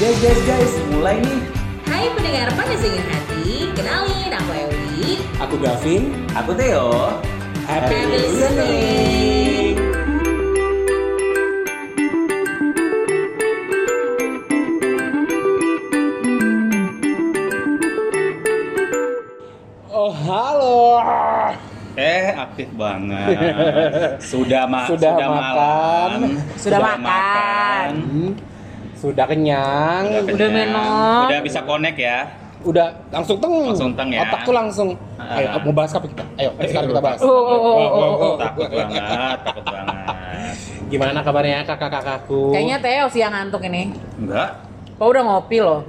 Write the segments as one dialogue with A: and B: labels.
A: Guys, guys, guys, mulai nih.
B: Hai pendengar Pandesingan Hati, kenalin aku Ewi.
A: Aku Gavin, aku Theo. Happy,
B: Happy
A: listening.
C: Oh halo.
D: Eh, aktif banget. Sudah, ma-
C: Sudah
D: malam.
C: makan.
B: Sudah makan.
C: Hmm, Sudah kenyang.
D: Udah,
B: Udah
D: kenyang.
B: menong.
D: Udah bisa connect ya.
C: Udah langsung teng.
D: Langsung teng ya.
C: Otak tuh langsung.
D: Ah.
C: Ayo mau bahas apa kita? Ayo sekarang kita bahas.
B: Oh, oh, oh, oh, oh, oh.
D: Takut banget, takut banget.
C: Gimana kabarnya kakak-kakakku?
B: Kayaknya Theo sih yang ngantuk ini.
D: Enggak.
B: Kau udah ngopi loh.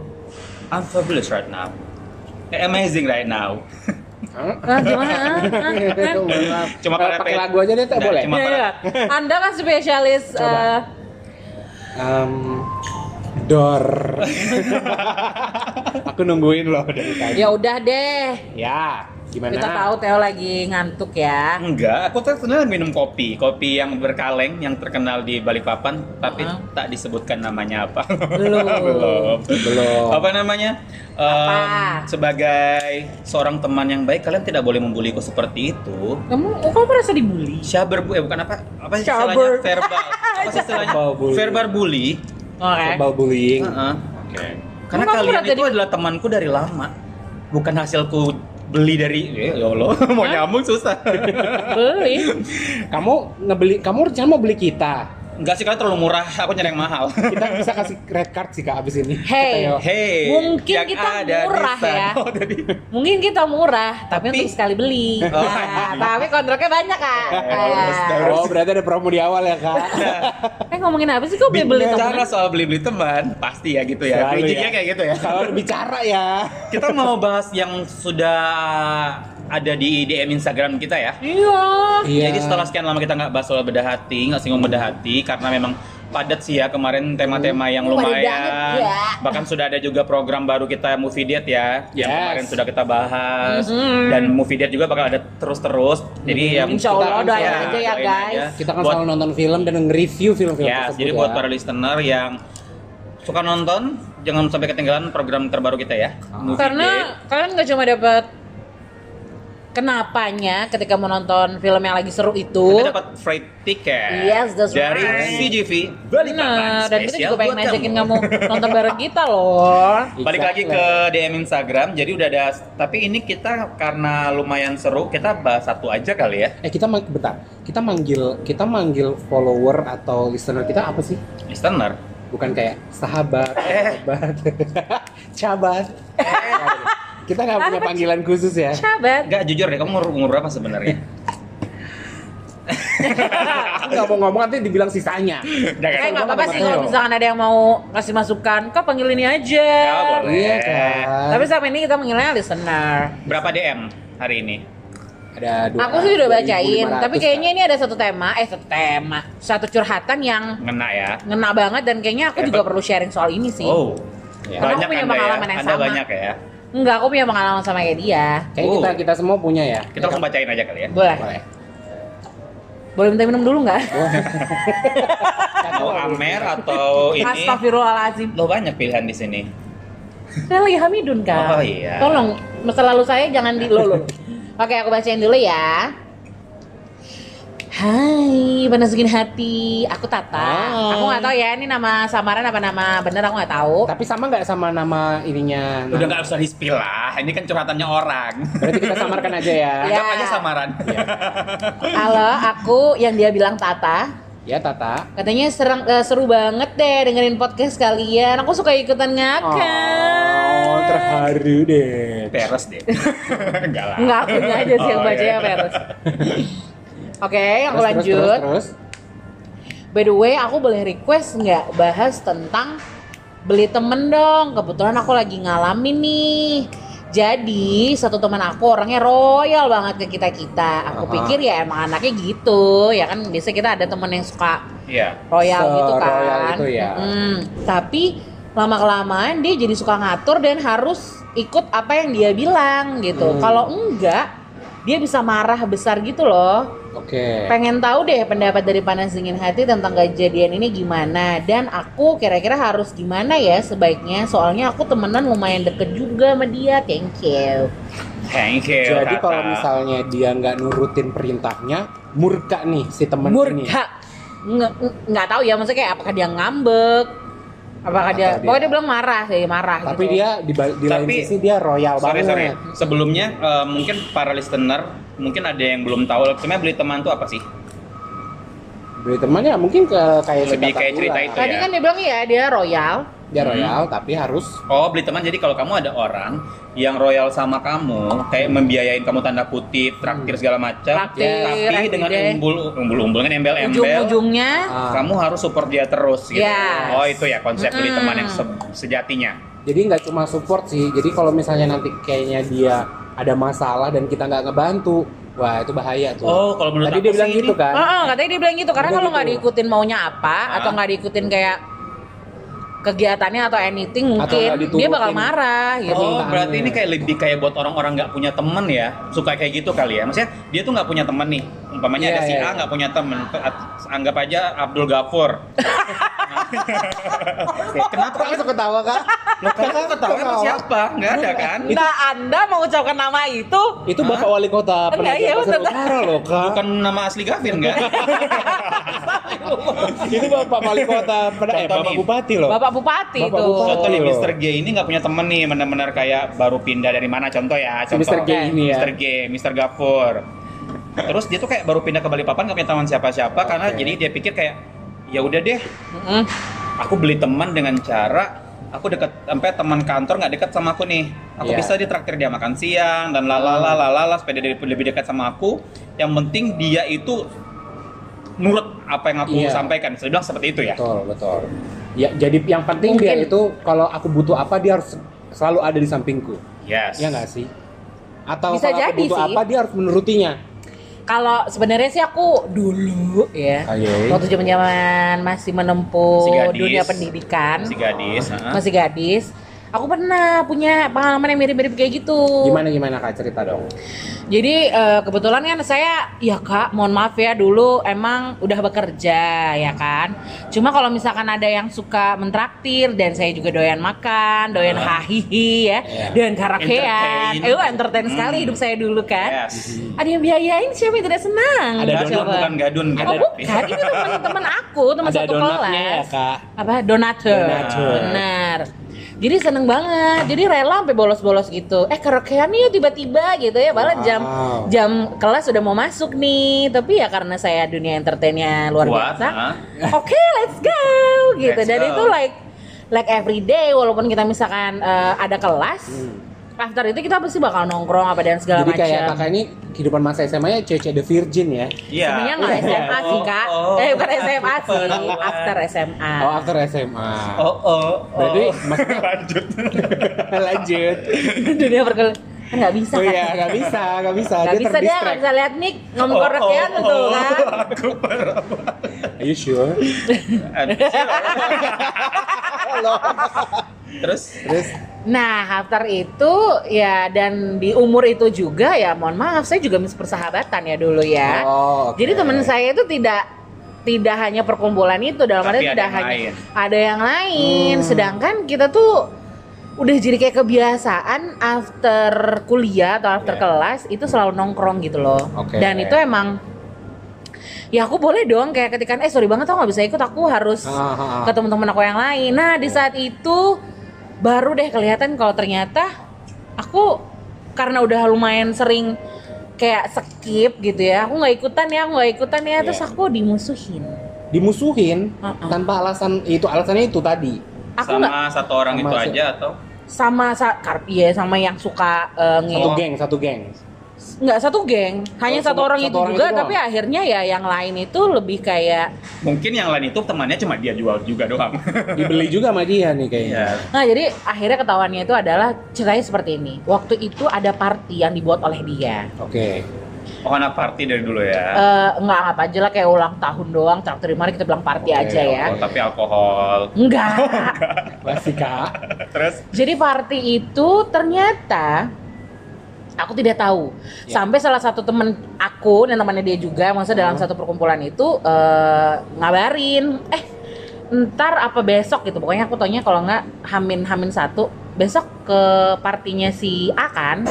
D: I'm fabulous right now. Eh, amazing right now.
C: Hah?
B: Ah, gimana? Ah, ah, ah.
C: Maaf.
D: Cuma
C: Eh,
D: karena
C: pakai
D: pe-
C: lagu aja deh, Teh,
D: Nggak,
C: boleh?
D: cuma-
B: Iya, iya. Anda kan spesialis
C: Coba.
B: eh,
C: Em, dor. Aku nungguin loh dari tadi.
B: ya udah deh.
C: Ya, gimana?
B: Kita tahu Theo lagi ngantuk ya.
D: Enggak, aku tuh sebenarnya minum kopi, kopi yang berkaleng yang terkenal di Balikpapan, tapi
B: Uh-uh.
D: tak disebutkan namanya apa.
B: Belum.
D: Belum.
C: Belum.
D: Apa namanya?
B: Apa?
D: Em, sebagai seorang teman yang baik, kalian tidak boleh membuliku seperti itu.
B: Kamu, oh, kamu merasa dibully?
D: Syaber bu- eh bukan apa apa sih
B: Syaber.
D: istilahnya verbal apa sih istilahnya
C: Verbal bully.
D: verbal bully
B: Oke.
C: Verbal bullying.
D: Heeh.
C: Oke.
D: karena
B: Emang kamu
D: kalian
B: pernah
D: itu adalah temanku dari lama bukan hasilku beli dari eh, ya Allah mau nyambung susah
B: Beli.
C: Kamu ngebeli, kamu rencana mau beli kita?
D: enggak sih kalian terlalu murah aku nyari yang mahal
C: kita bisa kasih red card sih kak abis ini
B: Hey.
C: Ayo.
D: Hei,
B: Mungkin
D: yang
B: kita
D: ada di
B: murah ya.
D: sana. Oh, jadi-
B: Mungkin kita murah, tapi,
D: Tapi-
B: untuk sekali beli.
D: Oh.
B: Nah, tapi kontraknya banyak, Kak.
D: harus, harus.
C: oh berarti ada promo di awal ya kak
B: Eh, ngomongin apa sih kok beli-beli
D: Bicara
B: temen?
D: soal beli-beli teman, pasti ya gitu ya.
C: Selalu
D: Bridgingnya
C: ya.
D: kayak gitu ya.
C: kalau bicara ya
D: Kita mau bahas yang sudah ada di DM Instagram kita ya.
B: Iya.
D: Jadi setelah sekian lama kita nggak bahas soal bedah hati, nggak singgung bedah hati karena memang padat sih ya kemarin tema-tema yang
B: Hmm, Padat
D: lumayan.
B: banget, ya.
D: Bahkan sudah ada juga program baru kita Movie Date ya, yang
C: Yes.
D: kemarin sudah kita bahas.
B: Mhm.
D: Dan Movie Date juga bakal ada terus-terus. Jadi ya
B: Hmm, Insya
C: Kita
B: Allah
C: kan
B: doain
C: selalu-
B: aja ya,
D: doain
B: guys.
D: aja.
C: kita kan
D: Buat-
C: selalu nonton film dan nge-review film-film
D: ya,
C: tersebut
D: jadi
C: ya.
D: buat para listener yang suka nonton jangan sampai ketinggalan program terbaru kita ya. Movie
B: Karena
D: Date.
B: kalian nggak cuma dapat kenapanya ketika menonton film yang lagi seru itu.
D: kita dapat freight ticket
B: Yes, that's
D: dari
B: right.
D: CGV Balikpapan
B: Nah, dan kita
D: spesial
B: juga pengen
D: buat
B: ngajakin kamu nonton bareng kita loh.
D: Balik lagi
C: Exactly.
D: ke DM Instagram, jadi udah ada. Tapi ini kita karena lumayan seru, kita bahas satu aja kali ya.
C: eh kita mang- bentar kita manggil kita manggil follower atau listener kita apa sih
D: Listener.
C: bukan kayak sahabat
D: Eh.
C: sahabat sahabat kita nggak punya panggilan khusus ya
B: Sahabat.
D: Enggak jujur deh, kamu umur, umur berapa sebenarnya?
C: aku nggak mau ngomong nanti dibilang sisanya Iya,
D: Jangan.
B: Eh nggak apa-apa sih kalau
C: Ayo.
B: misalkan ada yang mau kasih masukan, kok panggil ini aja.
D: Ya, boleh.
C: iya kan
B: Tapi sama ini kita manggilnya listener.
D: Berapa DM hari ini?
C: ada dua
B: Aku sih udah bacain,
C: 2.500,
B: tapi kayaknya
D: kan?
C: Kak.
B: ini ada satu tema, eh satu tema, satu curhatan yang
D: Ngena ya.
B: ngena banget dan kayaknya aku
D: Eh,
B: juga
D: bet-
B: perlu sharing soal ini sih.
D: Oh,
C: Ya.
D: banyak
B: Aku punya
D: anda ya.
B: pengalaman yang
D: Anda
B: sama.
D: banyak ya.
B: Enggak, aku punya pengalaman sama kayak dia.
C: Kayaknya kita
D: Oh.
C: kita semua punya ya.
D: Kita langsung bacain aja kali ya.
B: Boleh.
C: Boleh.
B: Boleh minta minum dulu nggak?
D: Mau Amer
C: Oh,
D: atau ini?
B: Astagfirullahaladzim.
D: Lo banyak pilihan di sini.
B: Saya lagi Hamidun
D: Oh,
B: kan.
D: iya.
B: Tolong, masa lalu saya jangan di lo, lo. Oke, aku bacain dulu ya. Hai, penasukin hati. Aku Tata.
C: Hai.
B: Aku nggak tahu ya ini nama samaran apa nama bener aku nggak tahu.
C: Tapi sama nggak sama nama ininya? Nah,
D: Udah nggak usah di-spill lah. Ini kan curhatannya orang.
C: Berarti kita samarkan aja ya.
B: Ya.
D: Anggap aja samaran.
B: Halo, aku yang dia bilang Tata.
C: Ya Tata.
B: Katanya serang, eh, seru banget deh dengerin podcast kalian. Aku suka ikutan ngakak.
C: Oh, terharu deh.
D: Peres deh. Enggak lah.
B: Enggak, aku aja sih yang
D: Oh,
B: baca
D: iya.
B: ya, Peres. Oke, aku
C: Terus, terus,
B: lanjut.
C: Terus, terus,
B: By the way, aku boleh request nggak bahas tentang beli temen dong. Kebetulan aku lagi ngalamin nih. Jadi satu teman aku orangnya royal banget ke kita kita. Aku
C: Aha.
B: pikir ya emang anaknya gitu, ya kan biasanya kita ada temen yang suka
D: Iya.
B: royal gitu kan.
C: Se-royal itu ya.
B: Mm, tapi lama kelamaan dia jadi suka ngatur dan harus ikut apa yang dia bilang gitu.
C: Hmm.
B: Kalau enggak dia bisa marah besar gitu loh.
C: Oke. Oke.
B: Pengen tahu deh pendapat dari panas dingin hati tentang kejadian ini gimana dan aku kira-kira harus gimana ya sebaiknya soalnya aku temenan lumayan deket juga sama dia. Thank you.
D: Thank you. Ya,
C: Jadi
D: Tata.
C: kalau misalnya dia nggak nurutin perintahnya, murka nih si temen ini.
B: Murka. Nge- nge- Nggak tahu ya maksudnya kayak apakah dia ngambek? Apakah dia,
C: Atau dia-
B: pokoknya dia bilang marah sih, marah
C: Tapi
B: gitu.
C: dia di, ba- di lain
D: Tapi-
C: sisi dia royal
D: Sorry,
C: banget.
D: sorry. Sebelumnya eh, mungkin para listener mungkin ada yang belum tahu sebenarnya beli teman tuh apa sih?
C: Beli temannya mungkin ke kayak si
D: Lebih
C: kakak
D: kayak cerita
C: gua.
D: itu.
B: Tadi
D: ya.
B: kan dia bilang ya dia royal.
C: Dia
D: Hmm.
C: royal tapi harus
D: Oh, beli teman. Jadi kalau kamu ada orang yang royal sama kamu, kayak membiayain kamu tanda kutip, traktir segala macam,
B: Hmm. Traktir,
D: tapi dengan
B: everyday.
D: umbul umbul-umbul kan embel-embel.
B: Ujung-ujungnya
C: ah,
D: Kamu harus support dia terus gitu.
B: Yes.
D: Oh, itu ya konsep beli
B: Mm-mm.
D: teman yang se- sejatinya.
C: Jadi nggak cuma support sih. Jadi kalau misalnya nanti kayaknya dia ada masalah dan kita nggak ngebantu, wah itu bahaya tuh.
D: Oh, kalau menurut aku
C: Tadi dia bilang
D: sih
C: gitu
D: ini-
C: kan.
B: Heeh, katanya dia bilang gitu karena
C: Dia
B: kalau
C: gitu.
B: nggak diikutin maunya apa
D: Ah.
B: atau nggak diikutin kayak kegiatannya atau anything
C: Atau
B: mungkin
C: nggak
B: dia bakal
C: diturutin.
B: marah gitu.
D: Oh,
C: Permintaannya.
D: berarti ini kayak lebih kayak buat orang-orang nggak punya temen ya, suka kayak gitu kali ya. Maksudnya dia tuh nggak punya temen nih, umpamanya
C: Iya,
D: ada si
C: iya,
D: A
C: iya.
D: nggak punya temen, anggap aja Abdul Ghafur. Kenapa?
C: Kok langsung ketawa kak?
D: Loh, kamu ketawa sama
C: Ketawa.
D: siapa? Nggak ada kan?
B: Nah, Anda mengucapkan nama itu
C: Itu bapak wali kota
B: Enggak,
C: Penajam
B: iya,
C: Pasir
B: betul.
C: Utara loh kak.
D: Bukan nama asli Gavin nggak?
C: Itu bapak wali kota Pena- eh,
D: Contoh
C: bapak
D: nih.
C: bupati loh.
B: Bapak Bupati
C: Bapak
B: itu.
C: Bupati.
D: Contoh nih,
C: Loh.
D: Mr. G ini nggak punya temen nih, benar-benar kayak baru pindah dari mana? Contoh ya,
C: Si
D: contoh.
C: Mr. G ini ya.
D: Mr. G, Mr. Gafur. Terus dia tuh kayak baru pindah ke Balikpapan nggak punya teman siapa-siapa karena
C: Oke.
D: jadi dia pikir kayak ya udah deh,
B: Mm-mm.
D: aku beli teman dengan cara aku deket sampai teman kantor nggak deket sama aku nih aku
C: Iya. Hmm.
D: bisa ditraktir dia makan siang dan lalala lalala supaya dia lebih lebih dekat sama aku yang penting dia itu nurut apa yang aku
C: Iya.
D: sampaikan saya bilang seperti itu ya
C: Betul betul. Ya jadi yang penting dia
B: Mungkin.
C: itu kalau aku butuh apa dia harus selalu ada di sampingku.
D: yes
C: Ya nggak sih? Atau
B: Bisa
C: kalau aku
B: jadi
C: butuh
B: sih.
C: apa dia harus menurutinya.
B: Kalau sebenarnya sih aku dulu ya.
C: Ayo.
B: Waktu zaman-zaman masih menempuh
D: Masih gadis.
B: dunia pendidikan,
D: si gadis ha?
B: masih gadis, aku pernah punya pengalaman yang mirip-mirip kayak gitu.
C: Gimana gimana kak cerita dong.
B: Jadi eh, kebetulan kan saya ya Kak, mohon maaf ya dulu emang udah bekerja ya kan. Cuma kalau misalkan ada yang suka mentraktir dan saya juga doyan makan, doyan
D: Ah.
B: hahihi ya,
C: Iya.
B: doyan
D: Entertain.
B: karaokean. Eh, wah, entertain sekali
D: Hmm.
B: hidup saya dulu kan.
D: yes
B: Ada yang biayain siapa yang tidak senang?
C: Ada
B: Coba.
D: gadun bukan gadun
B: Oh, bukan, ini teman-teman aku, teman
C: Ada
B: satu
C: donatnya ya
B: kelas
C: kak.
B: apa donatur,
C: Donatur.
B: benar jadi seneng banget jadi rela sampai bolos-bolos gitu eh karaokean yuk tiba-tiba gitu ya malah
C: Wow.
B: jam jam kelas udah mau masuk nih tapi ya karena saya dunia entertainnya luar
D: Kuat,
B: biasa
D: ha?
C: ah.
B: oke let's go gitu
D: Let's
B: dan
D: go.
B: itu like like every day walaupun kita misalkan eh, ada kelas after itu kita pasti bakal nongkrong apa dan segala
C: Hmm. Jadi
B: macam
C: kayak kakak ini kehidupan masa SMA-nya cece the virgin ya.
D: Iya. Oh,
B: sebenarnya nggak SMA sih kak eh bukan SMA sih
D: perempuan.
B: after SMA
C: Oh after SMA.
D: oh oh
C: Berarti
D: oh.
C: maksudnya-
D: lanjut
C: Lanjut.
B: dunia perkel kan nggak bisa
C: Oh
B: kan
C: iya nggak bisa nggak bisa
B: Gak bisa
C: dia
B: dia gak
C: terdistract.
B: bisa lihat mic
D: Oh,
B: ngomong
D: oh,
B: korekian betul
D: oh,
B: kan
D: aku perempuan.
C: Are you sure?
D: terus
C: Terus
B: Nah after itu ya dan di umur itu juga ya mohon maaf saya juga miss persahabatan ya dulu ya
C: Oh, oke.
B: Jadi teman saya itu tidak tidak hanya perkumpulan itu dalam
D: Tapi
B: arti
D: ada
B: tidak
D: yang
B: hanya
D: lain.
B: ada yang lain
C: Hmm.
B: sedangkan kita tuh udah jadi kayak kebiasaan after kuliah atau after
C: Iya.
B: kelas itu selalu nongkrong gitu loh
C: Oke.
B: dan itu emang ya aku boleh dong kayak ketika eh sorry banget aku nggak bisa ikut aku harus
C: Ah, ah, ah.
B: ke teman-teman aku yang lain. Nah, di saat itu baru deh kelihatan kalau ternyata aku karena udah lumayan sering kayak skip gitu ya. Aku nggak ikutan ya, aku nggak ikutan ya. Terus
C: Iya.
B: aku dimusuhin.
C: dimusuhin
B: Uh-uh.
C: tanpa alasan itu alasannya itu tadi.
B: Aku
D: sama
B: nggak
D: satu orang
C: Sama
D: itu
C: si-
D: aja atau
B: sama sa- kar- iya, sama yang suka eh, nge
C: Satu geng, satu geng.
B: nggak satu geng, hanya
C: Oh,
B: satu
C: cuma
B: orang
C: satu
B: itu
C: orang
B: juga.
C: itu doang?
B: tapi akhirnya ya yang lain itu lebih kayak
D: mungkin yang lain itu temannya cuma dia jual juga doang
C: Dibeli juga sama dia nih kayaknya.
D: Iya.
B: Nah jadi akhirnya ketahuannya itu adalah ceritanya seperti ini. Waktu itu ada party yang dibuat oleh dia.
C: Oke.
D: oh anak party dari dulu ya
B: Eh, nggak apa aja lah kayak ulang tahun doang traktir mari kita bilang party
C: Oke,
B: aja ya
D: Oh, tapi alkohol
B: enggak
C: Pasti Kak.
D: terus
B: jadi party itu ternyata aku tidak tahu sampai salah satu temen aku dan temannya dia juga maksudnya dalam satu perkumpulan itu eh, ngabarin eh ntar apa besok gitu pokoknya aku taunya kalau nggak hamin hamin satu besok ke partinya si A kan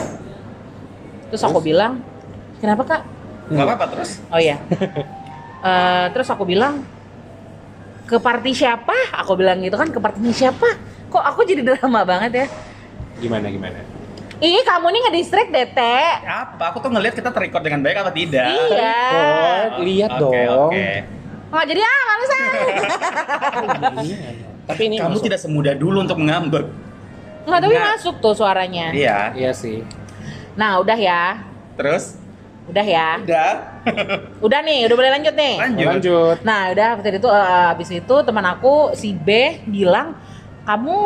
B: terus aku bilang kenapa kak
D: nggak apa-apa terus
B: Oh iya. Eh, terus aku bilang ke party siapa? Aku bilang gitu kan ke partinya siapa? Kok aku jadi drama banget ya?
C: Gimana gimana?
B: Ih kamu nih ngedistract Dete.
D: apa aku tuh ngelihat kita terrecord dengan baik apa tidak
B: Iya.
C: Oh, lihat
D: Oke,
C: dong.
D: oke.
B: Nggak jadi ah nggak usah.
C: Iya. Tapi ini
D: kamu
C: masuk-
D: tidak semudah dulu untuk ngambek
B: Nggak tapi
D: Nggak.
B: masuk tuh suaranya.
D: iya
C: Iya sih.
B: Nah udah ya,
D: terus
B: udah ya,
D: udah
B: udah nih, udah boleh lanjut nih.
D: lanjut,
C: Lanjut.
B: Nah udah tadi itu eh, abis itu teman aku si B bilang kamu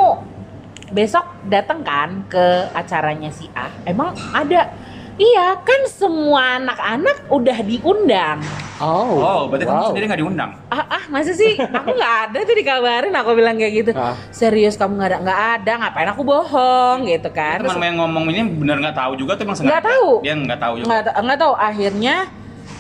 B: besok datang kan ke acaranya si A. Emang ada? Iya kan semua anak-anak udah diundang.
C: Oh.
D: oh berarti kamu
C: wow.
D: sendiri nggak diundang
B: Ah, ah masa sih? Aku nggak ada tuh dikabarin. Aku bilang kayak gitu.
C: Ah.
B: Serius kamu nggak ada? Nggak ada. Ngapain aku bohong gitu kan?
D: teman
B: Terus-
D: yang ngomong ini benar nggak tahu juga tuh emang sengaja
B: Nggak tahu.
D: dia nggak tahu juga
B: nggak ta- nggak tahu akhirnya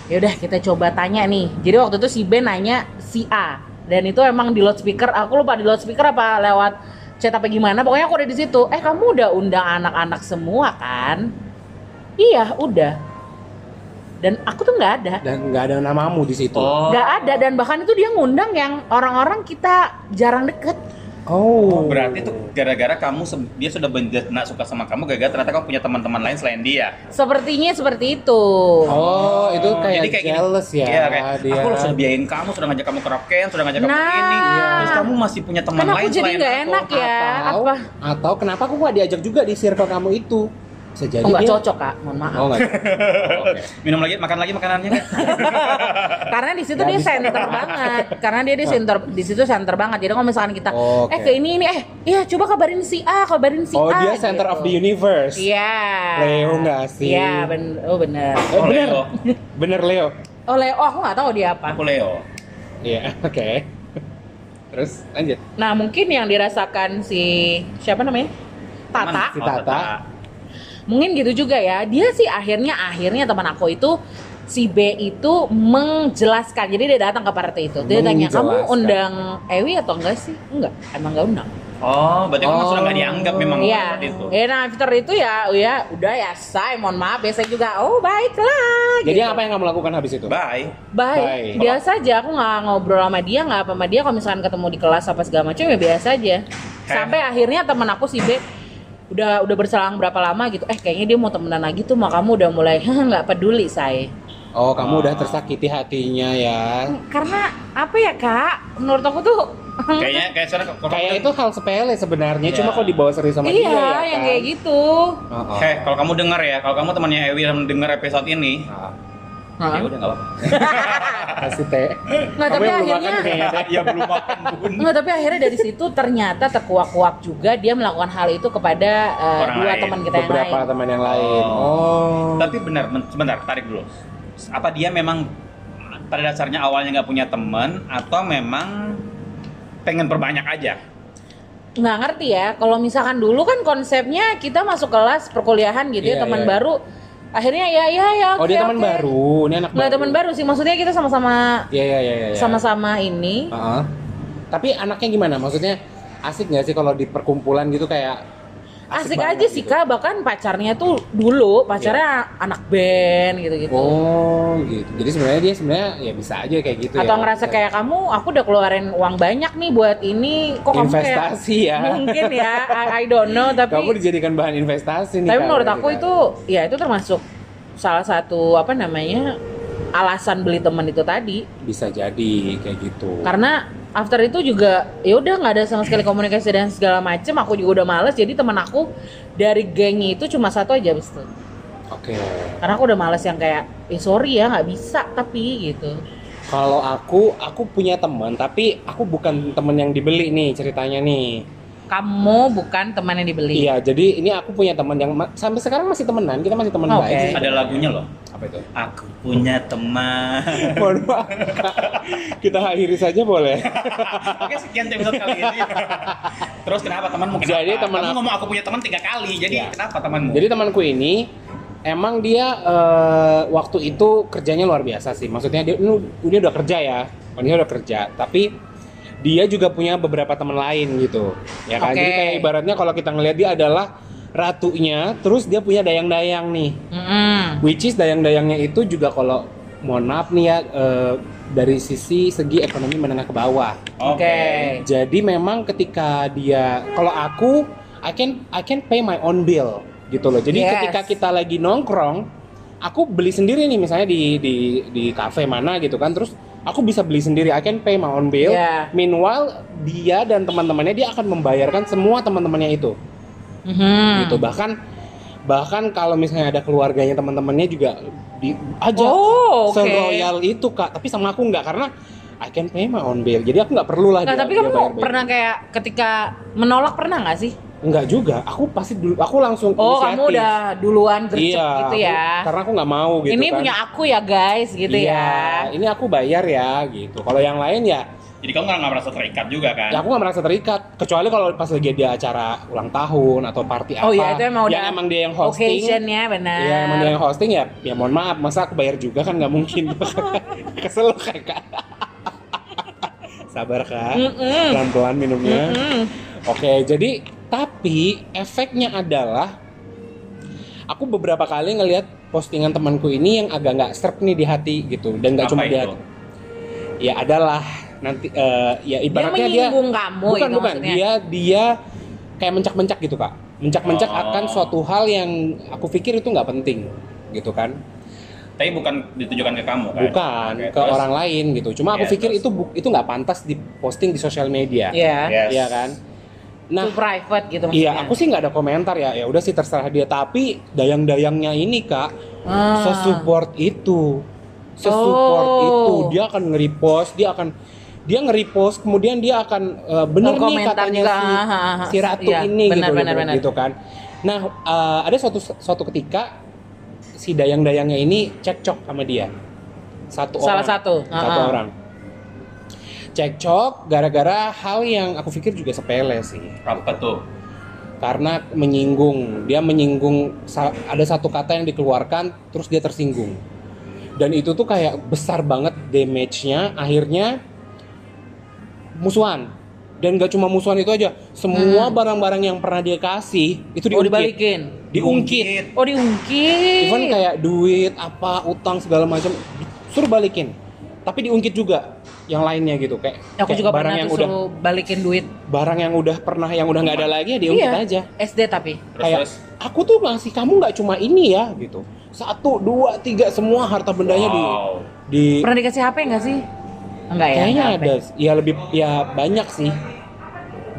B: ya udah kita coba tanya nih jadi waktu itu si B nanya si A dan itu emang di loudspeaker aku lupa di loudspeaker apa lewat chat apa gimana pokoknya aku udah di situ eh kamu udah undang anak-anak semua kan iya udah dan aku tuh nggak ada
C: Dan nggak ada namamu di situ.
D: oh
B: nggak ada dan bahkan itu dia ngundang yang orang-orang kita jarang deket
C: Oh.
D: berarti tuh gara-gara kamu se- dia sudah bener nggak suka sama kamu gara-gara ternyata kamu punya teman-teman lain selain dia
B: sepertinya seperti itu
C: Oh, itu kayak,
D: gini.
C: jealous ya.
D: Iya, kayak,
C: dia.
D: Aku sudah biayain kamu, sudah ngajak kamu karaoke, sudah ngajak kamu
B: Nah.
D: ini.
B: Iya.
D: Terus kamu masih punya teman
B: Kan aku
D: lain
B: jadi
D: selain aku. Ah.
B: nggak enak ya.
C: atau,
B: Apa?
C: atau kenapa aku nggak diajak juga di circle kamu itu? Bisa jadi
B: oh, nggak
C: dia-
B: cocok kak mohon maaf
C: Oh, nggak. Oh, oke.
D: Minum lagi, makan lagi makanannya kan?
B: karena di situ
C: Nggak
B: dia
C: bisa.
B: center banget karena dia di center di situ center banget jadi kalau misalkan kita
C: Oke.
B: eh ke ini ini eh iya coba kabarin si A kabarin si
C: Oh,
B: A
C: dia center
B: gitu.
C: of the universe.
B: iya
C: Leo nggak sih?
B: iya ben- oh bener
C: Eh,
D: Oh,
C: bener.
D: Leo.
C: Bener Leo.
B: oh Leo oh, aku nggak tahu dia apa
D: Aku Leo.
C: Iya, oke. Terus lanjut.
B: nah mungkin yang dirasakan si siapa namanya
D: Teman.
B: Tata
C: Si
D: Oh,
C: Tata.
B: mungkin gitu juga ya dia sih akhirnya akhirnya teman aku itu si B itu menjelaskan jadi dia datang ke partai itu dia tanya kamu
C: Menjelaskan.
B: undang Ewi atau enggak sih enggak emang enggak undang
D: Oh, berarti kamu
C: Oh.
D: sudah nggak dianggap memang
B: Iya.
D: waktu itu.
B: Ya, nah after itu ya, ya udah ya saya mohon maaf ya saya juga oh baiklah.
C: Jadi
B: gitu.
C: apa yang kamu lakukan habis itu?
D: Bye.
B: Baik,
C: Baik.
B: biasa aja aku nggak ngobrol sama dia, nggak apa sama dia. Kalau misalkan ketemu di kelas apa segala macam ya biasa aja.
C: Eh.
B: Sampai akhirnya teman aku si B udah udah berselang berapa lama gitu. Eh kayaknya dia mau temenan lagi tuh, maka kamu udah mulai nggak peduli saya.
C: Oh,
D: Ah.
C: kamu udah tersakiti hatinya ya.
B: Karena apa ya kak? Menurut aku tuh
D: Kayaknya kayak sekarang kalau
C: Kayak itu hal sepele sebenarnya,
D: kan Iya.
C: cuma kok dibawa serius sama
B: iya
C: dia ya kan?
B: yang kayak gitu.
C: Oh, oh.
D: Heh, kalau kamu dengar ya, kalau kamu temannya Ewi yang dengar episode ini,
C: Ah,
D: ya udah nggak apa-apa.
C: Kasih teh.
B: Nggak
C: Kamu
B: Nah, tapi
C: yang belum makan
B: akhirnya.
C: kayaknya teh.
D: Ya belum makan bun.
B: Enggak, tapi akhirnya dari situ ternyata terkuak-kuak juga dia melakukan hal itu kepada eh,
D: Orang
B: dua
D: lain.
B: teman kita yang
C: Beberapa
B: lain.
C: teman yang lain.
D: Oh.
C: Oh.
D: Tapi benar, ben- sebentar, tarik dulu. Apa dia memang pada dasarnya awalnya nggak punya teman atau memang pengen perbanyak aja?
B: Nggak ngerti ya, kalau misalkan dulu kan konsepnya kita masuk kelas perkuliahan gitu
C: Iya,
B: ya, teman
C: iya.
B: baru. Akhirnya ya ya ya
C: oh, dia teman baru. Ini anak
B: Enggak teman baru sih, maksudnya kita sama-sama
C: Iya, iya, iya, iya, iya.
B: sama-sama ini.
C: Heeh. Tapi anaknya gimana? Maksudnya asik nggak sih kalau di perkumpulan gitu kayak
B: Asik, aja
C: banget
B: sih
C: gitu?
B: Kak,
C: Iya.
B: bahkan pacarnya tuh dulu pacarnya anak band gitu-gitu.
C: Oh, gitu. Jadi sebenarnya dia sebenarnya ya bisa aja kayak gitu ya.
B: Atau ngerasa kayak kamu, aku udah keluarin uang banyak nih buat ini, kok kamu kayak
C: investasi ya.
B: mungkin ya I, I don't know tapi
C: Kamu dijadikan bahan
B: tapi
C: investasi nih. Kak, Gitu
B: menurut
C: berarti,
B: aku
C: Kak.
B: itu ya itu termasuk salah satu apa namanya alasan beli teman itu tadi
C: kan. bisa jadi kayak gitu.
B: karena after itu juga ya udah nggak ada sama sekali komunikasi dan segala macem aku juga udah males jadi teman aku dari gengnya itu cuma satu aja abis itu
C: Oke.
B: karena aku udah males yang kayak eh sorry ya nggak bisa tapi gitu
C: Kalau aku, aku punya teman, tapi aku bukan teman yang dibeli nih ceritanya nih.
B: kamu bukan teman yang dibeli
C: Iya, jadi ini aku punya teman yang ma- sampai sekarang masih temenan, kita masih teman
B: Oke.
C: baik. sih.
D: Ada lagunya loh.
C: Apa itu?
D: Aku punya teman.
C: Mohon maaf. kita akhiri saja boleh.
D: Oke sekian episode kali ini. Terus kenapa temanmu? Kenapa?
C: Jadi teman
D: Kamu
C: aku-
D: ngomong aku punya teman tiga kali. Jadi
C: Iya.
D: kenapa temanmu?
C: Jadi temanku ini Emang dia eh, waktu itu kerjanya luar biasa sih. Maksudnya dia ini, ini udah kerja ya. Oh, Ini udah kerja, tapi dia juga punya beberapa teman lain gitu. Ya kan? Jadi
B: Oke.
C: kayak ibaratnya kalau kita ngelihat dia adalah ratunya, terus dia punya dayang-dayang nih.
B: Mm-mm.
C: Which is dayang-dayangnya itu juga kalau mohon maaf nih ya eh, dari sisi segi ekonomi menengah ke bawah.
B: Oke.
C: Jadi memang ketika dia kalau aku I can I can pay my own bill gitu loh. Jadi
B: Yes.
C: ketika kita lagi nongkrong, aku beli sendiri nih misalnya di di di kafe mana gitu kan. Terus aku bisa beli sendiri. I can pay my own bill.
B: Yeah.
C: Meanwhile dia dan teman-temannya dia akan membayarkan semua teman-temannya itu
B: Mhm.
C: gitu. Bahkan bahkan kalau misalnya ada keluarganya teman-temannya juga di aja
B: Oh, oke.
C: seroyal itu kak. Tapi sama aku nggak karena I can pay my own bill. Jadi aku nggak perlu lah.
B: Nah,
C: dia-
B: tapi
C: ya, dia
B: kamu
C: bayar bill.
B: pernah kayak ketika menolak pernah nggak sih?
C: Enggak juga, aku pasti dulu aku langsung
B: Oh,
C: inisiatif.
B: kamu udah duluan gercep
C: iya,
B: gitu
C: aku-
B: ya.
C: karena aku nggak mau gitu
B: ini
C: kan.
B: punya aku ya guys gitu
C: Iya,
B: ya.
C: Ini aku bayar ya gitu. Kalau yang lain ya,
D: Jadi kamu nggak nggak merasa terikat juga kan?
C: ya aku nggak merasa terikat. Kecuali kalau pas lagi ada acara ulang tahun atau party apa.
B: Oh iya itu emang udah
C: Yang emang dia yang hosting.
B: occasion ya benar.
C: Iya, emang dia yang hosting ya. Ya mohon maaf, masa aku bayar juga kan nggak mungkin. Kesel kakak. Sabar kak,
B: Mm-mm.
C: pelan-pelan minumnya.
B: Mm-mm.
C: Oke, jadi tapi efeknya adalah aku beberapa kali ngelihat postingan temanku ini yang agak nggak serp nih di hati gitu dan nggak
D: Apa
C: cuma di
D: itu?
C: hati. Ya adalah nanti eh, ya
B: Dia
C: ibaratnya dia,
B: menyinggung kamu
C: bukan
B: itu
C: bukan
B: maksudnya.
C: dia dia kayak mencak-mencak gitu kak, mencak-mencak
D: Oh.
C: akan suatu hal yang aku pikir itu nggak penting gitu kan,
D: Tapi bukan ditujukan ke kamu kan?
C: bukan
D: Oke,
C: ke
D: terus?
C: orang lain gitu. Cuma aku
D: Iya,
C: pikir
D: terus.
C: itu bu- itu nggak pantas diposting di sosial media,
B: Iya.
D: Yes.
C: Iya kan? Nah,
B: Too private gitu maksudnya.
C: Iya, aku sih nggak ada komentar ya. Ya udah sih terserah dia. Tapi dayang-dayangnya ini kak,
B: Ah.
C: sesupport itu, sesupport
B: Oh.
C: itu dia akan nge-repost, dia akan dia nge-repost, kemudian dia akan eh, bener nih
B: Ngekomentar
C: katanya
B: juga.
C: si,
B: Ah, ah, ah.
C: si ratu
B: Iya,
C: ini
B: benar,
C: gitu,
B: benar,
C: gitu,
B: benar.
C: gitu kan. Nah, eh, ada suatu suatu ketika si dayang-dayangnya ini cekcok sama dia. Satu
B: Salah
C: orang.
B: satu.
C: Satu
B: Ah, ah.
C: orang. Cekcok gara-gara hal yang aku pikir juga sepele sih
D: Apa tuh?
C: karena menyinggung dia menyinggung sa- ada satu kata yang dikeluarkan terus dia tersinggung dan itu tuh kayak besar banget damage-nya akhirnya musuhan dan gak cuma musuhan itu aja semua barang-barang yang pernah dia kasih itu
B: Hmm. Oh,
C: diungkit
B: dibalikin.
C: diungkit
B: Oh, diungkit.
C: even kayak duit apa utang segala macam suruh balikin tapi diungkit juga yang lainnya gitu kayak,
B: Ya, aku
C: kayak
B: juga
C: barang
B: pernah
C: yang
B: tuh
C: udah
B: suruh balikin duit.
C: barang yang udah pernah yang udah nggak ada lagi ya diungkit
B: Iya.
C: aja
B: SD tapi.
D: Terus,
C: kayak
D: terus?
C: aku tuh ngasih kamu nggak cuma ini ya gitu satu dua tiga semua harta bendanya di
D: Wow.
C: di
B: Pernah dikasih HP nggak sih? Enggak ya.
C: kayaknya
B: nggak
C: ada ya lebih ya banyak sih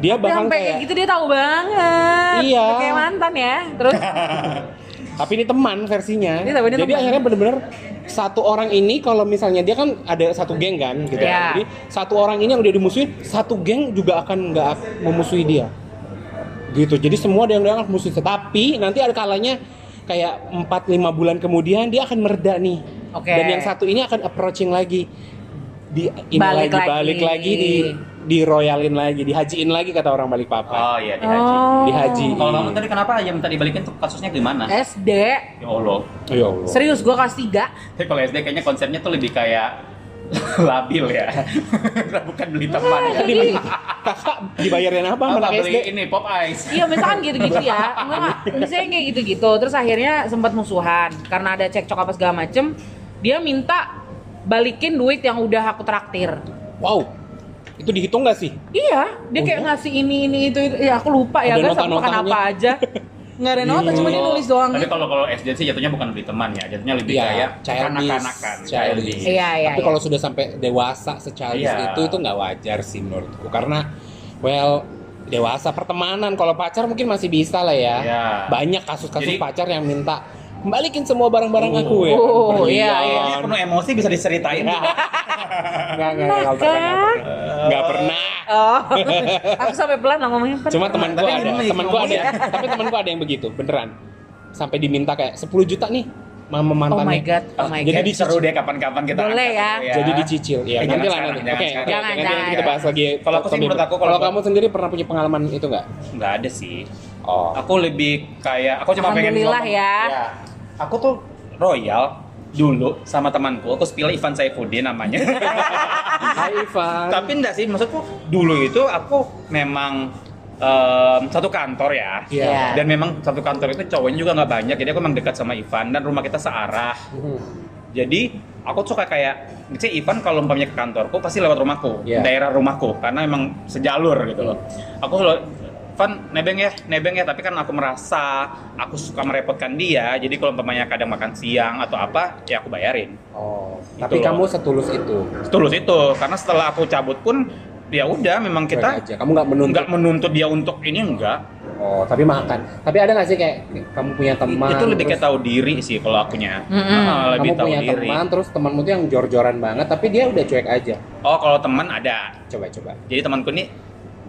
C: dia
B: Dia
C: bahkan
B: sampai kayak
C: kayak
B: gitu dia tahu banget.
C: Iya.
B: Udah Kayak mantan ya. Terus
C: tapi ini teman versinya
B: Ini tapi ini
C: jadi
B: teman.
C: akhirnya bener-bener satu orang ini kalau misalnya dia kan ada satu geng kan gitu
B: Iya.
C: jadi satu orang ini yang udah dimusuhi satu geng juga akan nggak ak- memusuhi dia gitu jadi semua dia yang musuh tapi nanti ada kalanya kayak 4-5 bulan kemudian dia akan mereda nih
B: Oke.
C: dan yang satu ini akan approaching lagi di ini
B: Balik
C: lagi,
B: lagi.
C: balik lagi di di royalin lagi dihajiin lagi kata orang balik papan
D: Oh iya dihaji.
C: Dihaji.
D: Kalau kamu tadi kenapa yang minta dibalikin tuh kasusnya gimana?
B: SD.
D: Ya Allah.
C: ya Allah
B: Serius gua kelas 3.
D: Tapi kalau SD kayaknya konsepnya tuh lebih kayak labil ya. Bukan beli teman
B: Ah, Iya,
D: ya.
C: Tadi balik- kakak dibayarin apa sama
D: Apa
C: anak SD
D: beli ini pop ice?
B: Iya, misalkan gitu-gitu ya. Enggak, misalnya kayak gitu-gitu. Terus akhirnya sempat musuhan karena ada cekcok apa segala macem. Dia minta balikin duit yang udah aku traktir.
C: wow itu dihitung nggak sih
B: Iya, dia
C: Oh
B: kayak
C: iya?
B: ngasih ini ini itu, itu. ya aku lupa ya
C: Ada
B: guys aku makan
C: nota-notanya.
B: apa aja. Nggak ada nota, cuma dia nulis doang.
D: Oh. Tapi kalau kalau SD sih jatuhnya bukan beli teman ya, jatuhnya lebih
C: Iya,
D: kayak kan,
C: childish,
D: kanak-kanakan,
C: childish.
D: childish.
B: Iya, iya.
C: tapi
B: iya.
C: kalau sudah sampai dewasa secara
D: Iya.
C: itu itu nggak wajar sih menurutku karena well dewasa pertemanan kalau pacar mungkin masih bisa lah ya
D: Iya.
C: banyak kasus-kasus
D: Jadi-
C: pacar yang minta kembalikin semua barang-barang aku ya
B: Oh,
C: Berlian.
B: iya, iya.
D: Kayaknya penuh emosi bisa diceritain tuh.
C: nggak nggak nggak nggak pernah nggak
B: kan?
C: pernah. nggak pernah
B: Oh, aku sampai pelan lah ngomongnya.
C: cuma teman
D: Tapi
C: ada
D: ini
C: teman gua ada
D: ngomongnya.
C: tapi teman gua ada yang begitu beneran sampai diminta kayak 10 juta nih mama
B: Oh my
C: mantannya Ah,
B: god, oh my
C: Jadi
B: god.
D: Jadi seru deh kapan-kapan kita
B: Boleh
D: angkat gitu
B: ya.
D: dulu
C: jadi dicicil ya
D: Eh,
C: nanti
D: jangan
C: lah
D: sekarang, jangan
C: nanti oke
D: sekarang.
C: oke,
B: Jangan,
C: nanti
B: jangan.
C: kita bahas lagi
D: Kalau aku sih menurut aku, kalau
C: kalau
D: aku-
C: kamu sendiri pernah punya pengalaman itu nggak
D: Nggak ada sih.
C: oh
D: Aku lebih kayak aku cuma pengen
B: Alhamdulillah
D: ngomong-
B: ya.
D: Iya. aku tuh royal dulu sama temanku aku spill Ivan Saifuddin namanya
C: Hai Ivan.
D: tapi enggak sih maksudku dulu itu aku memang em, satu kantor ya
C: Iya.
D: dan memang satu kantor itu cowoknya juga nggak banyak jadi aku memang dekat sama Ivan dan rumah kita searah
C: Mhm.
D: jadi aku suka kayak sih Ivan kalau umpamanya ke kantorku pasti lewat rumahku
C: Iya.
D: daerah rumahku karena emang sejalur gitu loh aku selalu Van nebeng ya nebeng ya tapi kan aku merasa aku suka merepotkan dia jadi kalau umpamanya kadang makan siang atau apa ya aku bayarin
C: Oh,
D: Gitu
C: tapi
D: loh.
C: kamu setulus itu.
D: tulus itu karena setelah aku cabut pun ya udah memang
C: Cuek
D: kita
C: aja. Kamu nggak menuntut.
D: nggak menuntut dia untuk ini enggak
C: Oh, tapi makan. Tapi ada nggak sih kayak kamu punya teman?
D: itu lebih
C: terus
D: kayak tahu diri sih kalau akunya
B: Mm-mm.
D: Ah,
C: kamu
D: lebih tahu
C: punya
D: diri
C: teman, terus temanmu tuh yang jor-joran banget, tapi dia udah cuek aja.
D: oh kalau teman ada
C: Coba-coba.
D: jadi temanku nih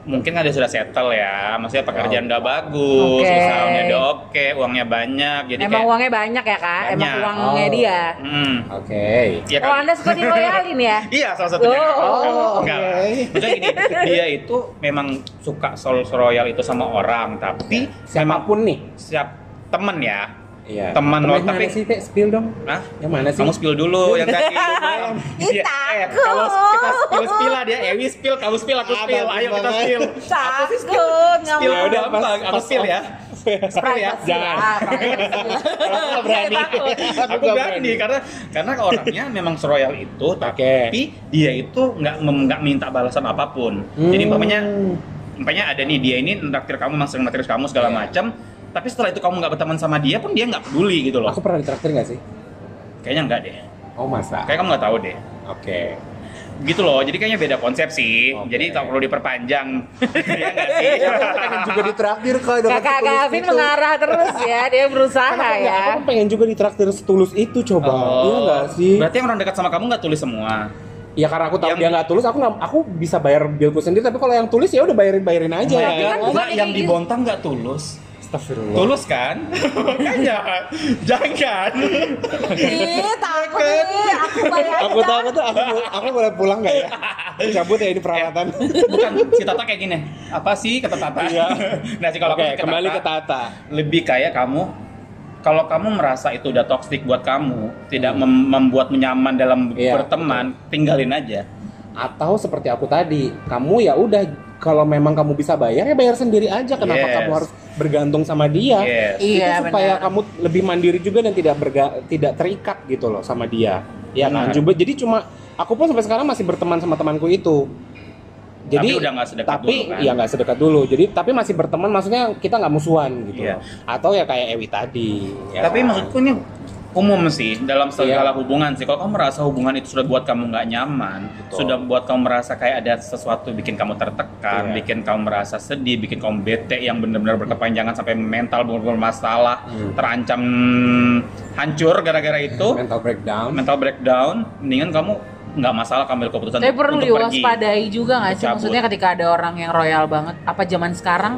D: mungkin ada sudah settle ya maksudnya pekerjaan udah bagus
B: Oke.
D: usahanya udah oke uangnya banyak jadi
B: Emang
D: kayak
B: uangnya banyak ya kak? Emang
D: Banyak.
B: uangnya
C: Oh.
B: dia.
D: hmm,
C: Oke.
D: ya
B: Oh
D: kali.
B: anda suka diroyalin ya?
D: iya salah satunya
B: Oh,
D: enggak lah.
C: oke.
D: maksudnya gini dia itu memang suka soul royal itu sama orang tapi
C: Iya.
D: memang
C: Siapapun nih.
D: siap temen ya
C: Iya.
D: Teman lo,
C: yang
D: tapi-
C: mana sih, Teh? Spill dong.
D: Hah?
C: Yang mana sih? Iya.
D: Kamu spill dulu yang tadi.
B: Ih,
D: Dia- eh,
B: takut.
D: kalau kita spill spill lah dia, Ewi spill, kamu spill, aku spill.
C: bagus
D: Ayo kita
C: banget.
D: spill.
B: Takut nggak
C: Ya
D: Spill
B: mau.
D: Ya udah apa?
C: Pas-
D: Aku
C: pas
D: spill
C: off.
D: ya. Spill ya.
B: Privasi
D: Jangan.
B: lah, privasi.
C: Aku nggak berani.
B: Saya takut.
D: Aku berani karena karena orangnya memang seroyal itu,
C: Oke.
D: tapi dia itu nggak mem- nggak minta balasan apapun.
C: Hmm.
D: Jadi umpamanya umpamanya ada nih dia ini nraktir kamu, masih nraktir kamu segala
C: Iya.
D: macam. Tapi setelah itu kamu nggak berteman sama dia pun dia nggak peduli gitu loh.
C: Aku pernah ditraktir nggak sih?
D: Kayaknya nggak deh.
C: Oh masa?
D: Kayak kamu nggak tahu deh.
C: Oke.
D: gitu loh jadi kayaknya beda konsep sih
C: Oke.
D: jadi tak perlu diperpanjang ya nggak
C: Eh,
D: sih
C: Pengen juga ditraktir kok.
B: Kakak Gavin mengarah terus ya, dia berusaha ya.
C: Aku pengen juga ditraktir setulus itu coba. Iya nggak sih?
D: Oh. berarti yang orang dekat sama kamu nggak tulis semua
C: Ya karena aku tahu
D: Yang-
C: dia nggak tulus, aku nggak, aku bisa bayar billku sendiri. Tapi kalau yang tulus ya udah bayarin bayarin
D: Enggak,
C: aja.
B: kan bukan
D: enggak,
B: yang
D: yang
B: kayak gitu.
D: dibontang nggak tulus
C: Astagfirullah.
D: tulus kan makanya jangan
B: Ih, takut nih, aku bayangin.
C: Aku tahu aku tuh aku, aku boleh pulang nggak ya? Cabut ya ini peralatan.
D: bukan si Tata kayak gini apa sih kata Tata
C: Iya.
D: nah sih kalau
C: Oke,
D: aku
C: kembali ke Tata.
D: lebih kayak kamu kalau kamu merasa itu udah toxic buat kamu tidak mem- membuat menyaman dalam
C: Iya,
D: berteman tinggalin aja
C: Atau seperti aku tadi, kamu ya udah kalau memang kamu bisa bayar ya bayar sendiri aja. Kenapa
D: Yes.
C: kamu harus bergantung sama dia?
D: yes
B: Iya,
C: itu supaya
B: benar.
C: kamu lebih mandiri juga dan tidak berga, tidak terikat gitu loh sama dia. Ya kan?
D: Benar.
C: Juga jadi cuma aku pun sampai sekarang masih berteman sama temanku itu. Jadi
D: Tapi udah nggak sedekat
C: tapi
D: dulu, kan?
C: ya nggak sedekat dulu. Jadi tapi masih berteman maksudnya kita nggak musuhan gitu.
D: Iya.
C: loh. Atau ya kayak Ewi tadi. ya
D: Tapi
C: kan?
D: maksudku ini umum sih dalam segala
C: Iya.
D: hubungan sih. Kalau kamu merasa hubungan itu sudah buat kamu nggak nyaman,
C: Betul.
D: sudah buat kamu merasa kayak ada sesuatu bikin kamu tertekan,
C: Iya.
D: bikin kamu merasa sedih, bikin kamu bete yang benar-benar berkepanjangan sampai mental benar-benar bermasalah,
C: Hmm.
D: terancam hancur gara-gara itu,
C: mental breakdown.
D: mental breakdown, mendingan kamu nggak masalah kamu ambil keputusan
B: Tapi perlu ya
D: untuk pergi.
B: diwaspadai juga nggak sih?
D: Cabut.
B: Maksudnya ketika ada orang yang royal banget, apa zaman sekarang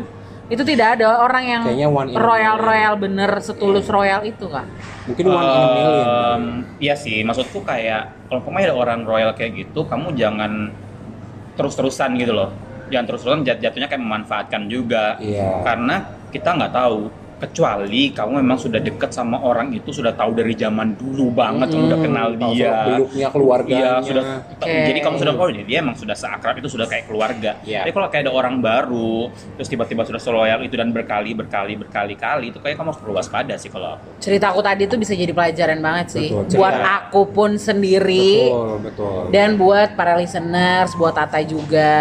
B: itu tidak ada orang yang
C: Kayaknya one in a
B: royal
C: million.
B: royal bener setulus royal itu kak?
C: Mungkin one in a million.
D: Em, Iya sih, maksudku kayak kalau pemain ada orang royal kayak gitu, kamu jangan terus-terusan gitu loh. Jangan terus-terusan jat- jatuhnya kayak memanfaatkan juga.
C: Iya.
D: Karena kita nggak tahu kecuali kamu memang sudah deket sama orang itu sudah tahu dari zaman dulu banget kamu udah kenal
C: Hmm, Tahu
D: dia
C: seluk beluknya keluarganya.
D: Iya sudah.
B: Oke.
D: Jadi kamu sudah oh dia emang sudah seakrab itu sudah kayak keluarga.
C: Iya.
D: Tapi kalau kayak ada orang baru terus tiba-tiba sudah seloyal itu dan berkali berkali berkali kali itu kayak kamu harus perlu waspada sih kalau aku.
B: Cerita aku tadi itu bisa jadi pelajaran banget sih
C: Betul,
B: buat
D: cerita.
B: aku pun sendiri.
C: Betul, betul.
B: Dan buat para listeners, buat Tata juga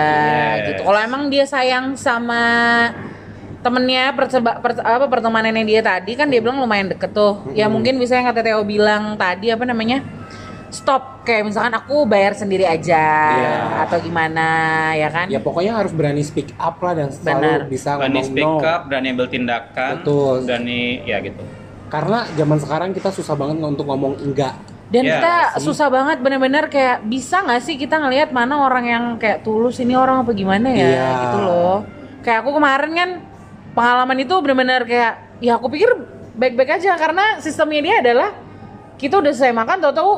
D: Yes.
B: gitu. Kalau emang dia sayang sama temennya perseba, per- apa pertemanannya dia tadi kan dia bilang lumayan deket tuh. Ya mungkin bisa yang kata Theo bilang tadi apa namanya? Stop kayak misalkan aku bayar sendiri aja
C: Iya.
B: atau gimana ya kan?
C: ya pokoknya harus berani speak up lah dan selalu
B: Benar.
C: bisa
D: berani
C: ngomong
D: speak
C: no.
D: up, berani ambil tindakan,
C: Betul.
D: berani ya gitu.
C: Karena zaman sekarang kita susah banget untuk ngomong enggak.
B: Dan
D: Iya
B: kita
C: sih.
B: susah banget bener-bener kayak bisa nggak sih kita ngelihat mana orang yang kayak tulus ini orang apa gimana ya
C: Iya.
B: gitu loh. Kayak aku kemarin kan pengalaman itu bener-bener kayak ya aku pikir baik-baik aja karena sistemnya dia adalah kita udah selesai makan tahu-tahu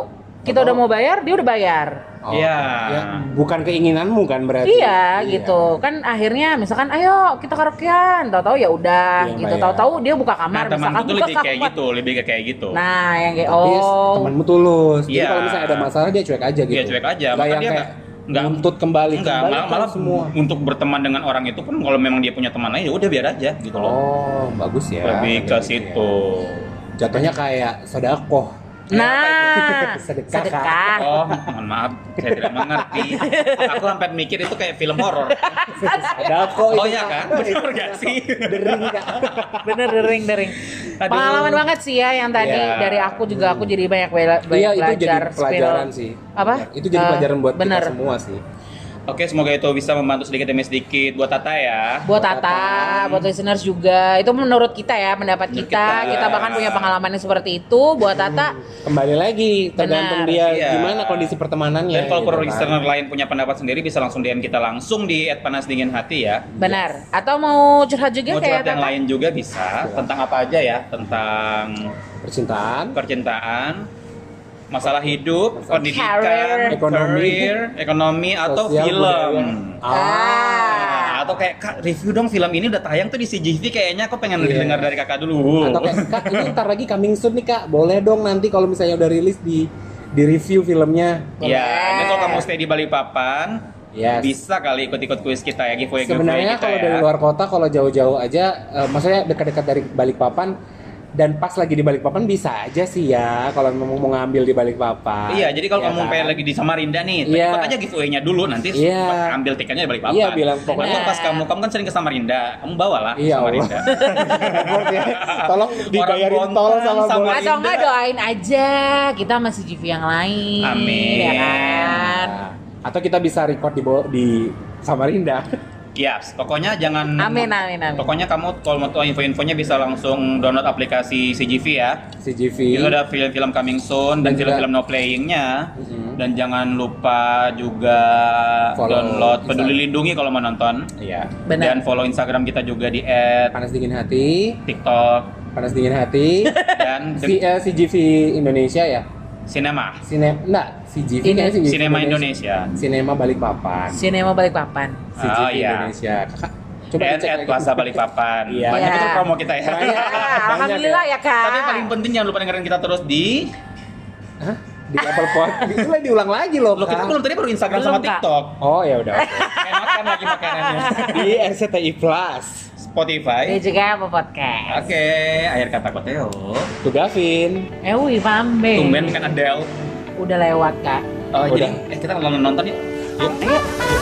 B: kita udah mau bayar dia udah bayar.
D: Iya.
C: Ya, bukan keinginanmu kan berarti.
B: Iya, gitu kan akhirnya misalkan ayo kita karaokean tahu-tahu ya udah
C: Iya,
B: gitu
C: Mbak, ya.
B: tahu-tahu dia buka kamar
D: Nah, temanku
B: misalkan
D: tuh
B: buka
D: lebih kayak
B: kamar
D: gitu, lebih ke kayak gitu.
B: nah yang kayak
C: Iya. Tapi ya,
B: oh
C: temanmu tulus. Jadi
D: Iya.
C: kalau misalnya ada masalah dia cuek aja gitu.
D: Iya, cuek aja.
C: Nggak
D: Maka
C: yang
D: dia
C: kayak
D: nggak- nggak-
C: nuntut kembali.
D: Enggak,
C: Kembali
D: malah,
C: kan
D: malah
C: semua.
D: untuk berteman dengan orang itu pun kalau memang dia punya teman lain ya udah biar aja gitu loh.
C: Oh, bagus ya.
D: lebih ke
C: Kayak gitu
D: situ.
C: ya. Jatuhnya kayak sodakoh.
B: nah
C: Sedekah.
B: sedekah
D: Oh, mohon maaf, saya tidak mengerti. Aku sampai mikir itu kayak film horor.
C: Sodakoh
D: Oh
C: itu.
D: ya kan, benar gak sih?
C: Dering Kak.
B: bener dering dering
D: Aduh.
B: pengalaman banget sih ya yang tadi
D: Iya.
B: dari aku juga aku jadi banyak bela- banyak
C: Iya, itu jadi
B: belajar
C: pelajaran
B: skill.
C: sih.
B: apa
C: Itu jadi
B: Eh,
C: pelajaran buat
B: bener.
C: kita semua sih.
D: Oke, semoga itu bisa membantu sedikit demi sedikit buat Tata ya.
B: buat Tata, buat listeners juga. Itu menurut kita ya, pendapat
D: Menurut
B: kita.
D: kita.
B: Kita bahkan punya pengalamannya seperti itu.
C: Hmm.
B: Buat Tata,
C: Kembali lagi tergantung
B: Benar.
C: dia
D: Iya.
C: gimana kondisi pertemanannya.
D: Dan kalau
C: gitu
D: pro
C: kan.
D: listener lain punya pendapat sendiri bisa langsung DM kita langsung di @panasdinginhati ya.
B: benar. Atau mau curhat
D: Mau
B: juga kayak
D: curhat yang
B: Tata?
D: lain juga
C: Iya.
D: bisa tentang apa aja ya, tentang
C: percintaan,
D: percintaan, masalah hidup,
C: Masalah-
D: pendidikan,
B: Career.
C: Ekonomi.
D: career, ekonomi atau
C: sosial,
D: film.
C: budaya. Ah.
D: Nah, atau kayak kak review dong film ini udah tayang tuh di CGV kayaknya aku pengen
C: Iya.
D: dengar dari kakak dulu.
C: Atau kayak Kak, ini ntar lagi coming soon nih Kak. Boleh dong nanti kalau misalnya udah rilis di di review filmnya.
D: Ya,
B: Boleh.
D: ini kalau kamu stay di Balikpapan,
C: Yes.
D: bisa kali ikut-ikut kuis kita ya, giveaway giveaway
C: Sebenarnya
D: kita
C: kalau
D: ya.
C: dari luar kota kalau jauh-jauh aja eh, maksudnya dekat-dekat dari Balikpapan dan pas lagi di Balikpapan bisa aja sih ya kalau memang mau ngambil di Balikpapan.
D: Iya, jadi kalau
C: Ya
D: kamu
C: kan?
D: pengen lagi di Samarinda nih,
C: Iya.
D: ikut aja giveaway-nya dulu nanti
C: Iya.
D: ambil tiketnya di Balikpapan.
C: Iya, bilang pokoknya-
D: Atau pas kamu kamu kan sering ke Samarinda, kamu bawalah ke
C: Iya,
D: Samarinda.
C: Tolong dibayarin
D: Orang
C: tol
D: Bontang
C: sama,
D: sama-
C: Bola.
B: Atau enggak doain aja kita masih GV yang lain.
D: Amin.
B: Ya kan?
C: Nah, Atau kita bisa record di Bo- di Samarinda.
D: Iya, pokoknya jangan
B: Amin, amin, amin.
D: Pokoknya kamu kalau mau tahu info-infonya bisa langsung download aplikasi CGV ya.
C: CGV.
D: Itu ada film-film coming soon dan
C: Dan juga-
D: film-film no playing-nya.
C: Mhm.
D: Dan jangan lupa juga
C: Follow
D: download
C: Instagram.
D: Peduli Lindungi kalau mau nonton.
C: Iya.
B: Benar.
D: Dan follow Instagram kita juga di at
C: Panas dingin hati,
D: TikTok
C: panas dingin hati.
D: dan
C: Si,
D: The
C: eh, CGV Indonesia ya?
D: Cinema.
C: Sine, enggak, CGV kayaknya CGV
D: Cinema Indonesia.
C: Cinema Balikpapan.
B: Sinema Balikpapan.
C: CGV
D: Oh, iya.
C: Indonesia. Kakak, coba
D: Dan
C: dicek
D: at
C: lagi.
D: Plaza Balikpapan.
C: Iya.
D: Banyak
B: Iya.
D: itu promo kita ya.
C: Banyak.
B: Ya, alhamdulillah ya, Kak.
D: Tapi yang paling penting jangan lupa dengerin kita terus di
C: Iya. Hah? Di Apple Podcast. Itu lagi diulang lagi loh,
D: Loh, kita
C: Kak.
D: belum tadi baru Instagram
B: Belum,
D: sama
B: Kak.
D: TikTok.
C: Oh, ya udah. oke.
D: Kayak makan lagi makanannya.
C: Di RCTI Plus.
D: Spotify.
B: Dan
C: Iya,
B: juga apa
D: Oke,
B: podcast.
D: akhir kata Koteo.
C: Tuh Gavin.
B: Eh, wih, pambe.
D: Tumben kan Adele.
B: Udah lewat, Kak.
D: Oh,
C: Iya. Udah.
D: jadi eh kita nonton nonton yuk.
B: Ayo.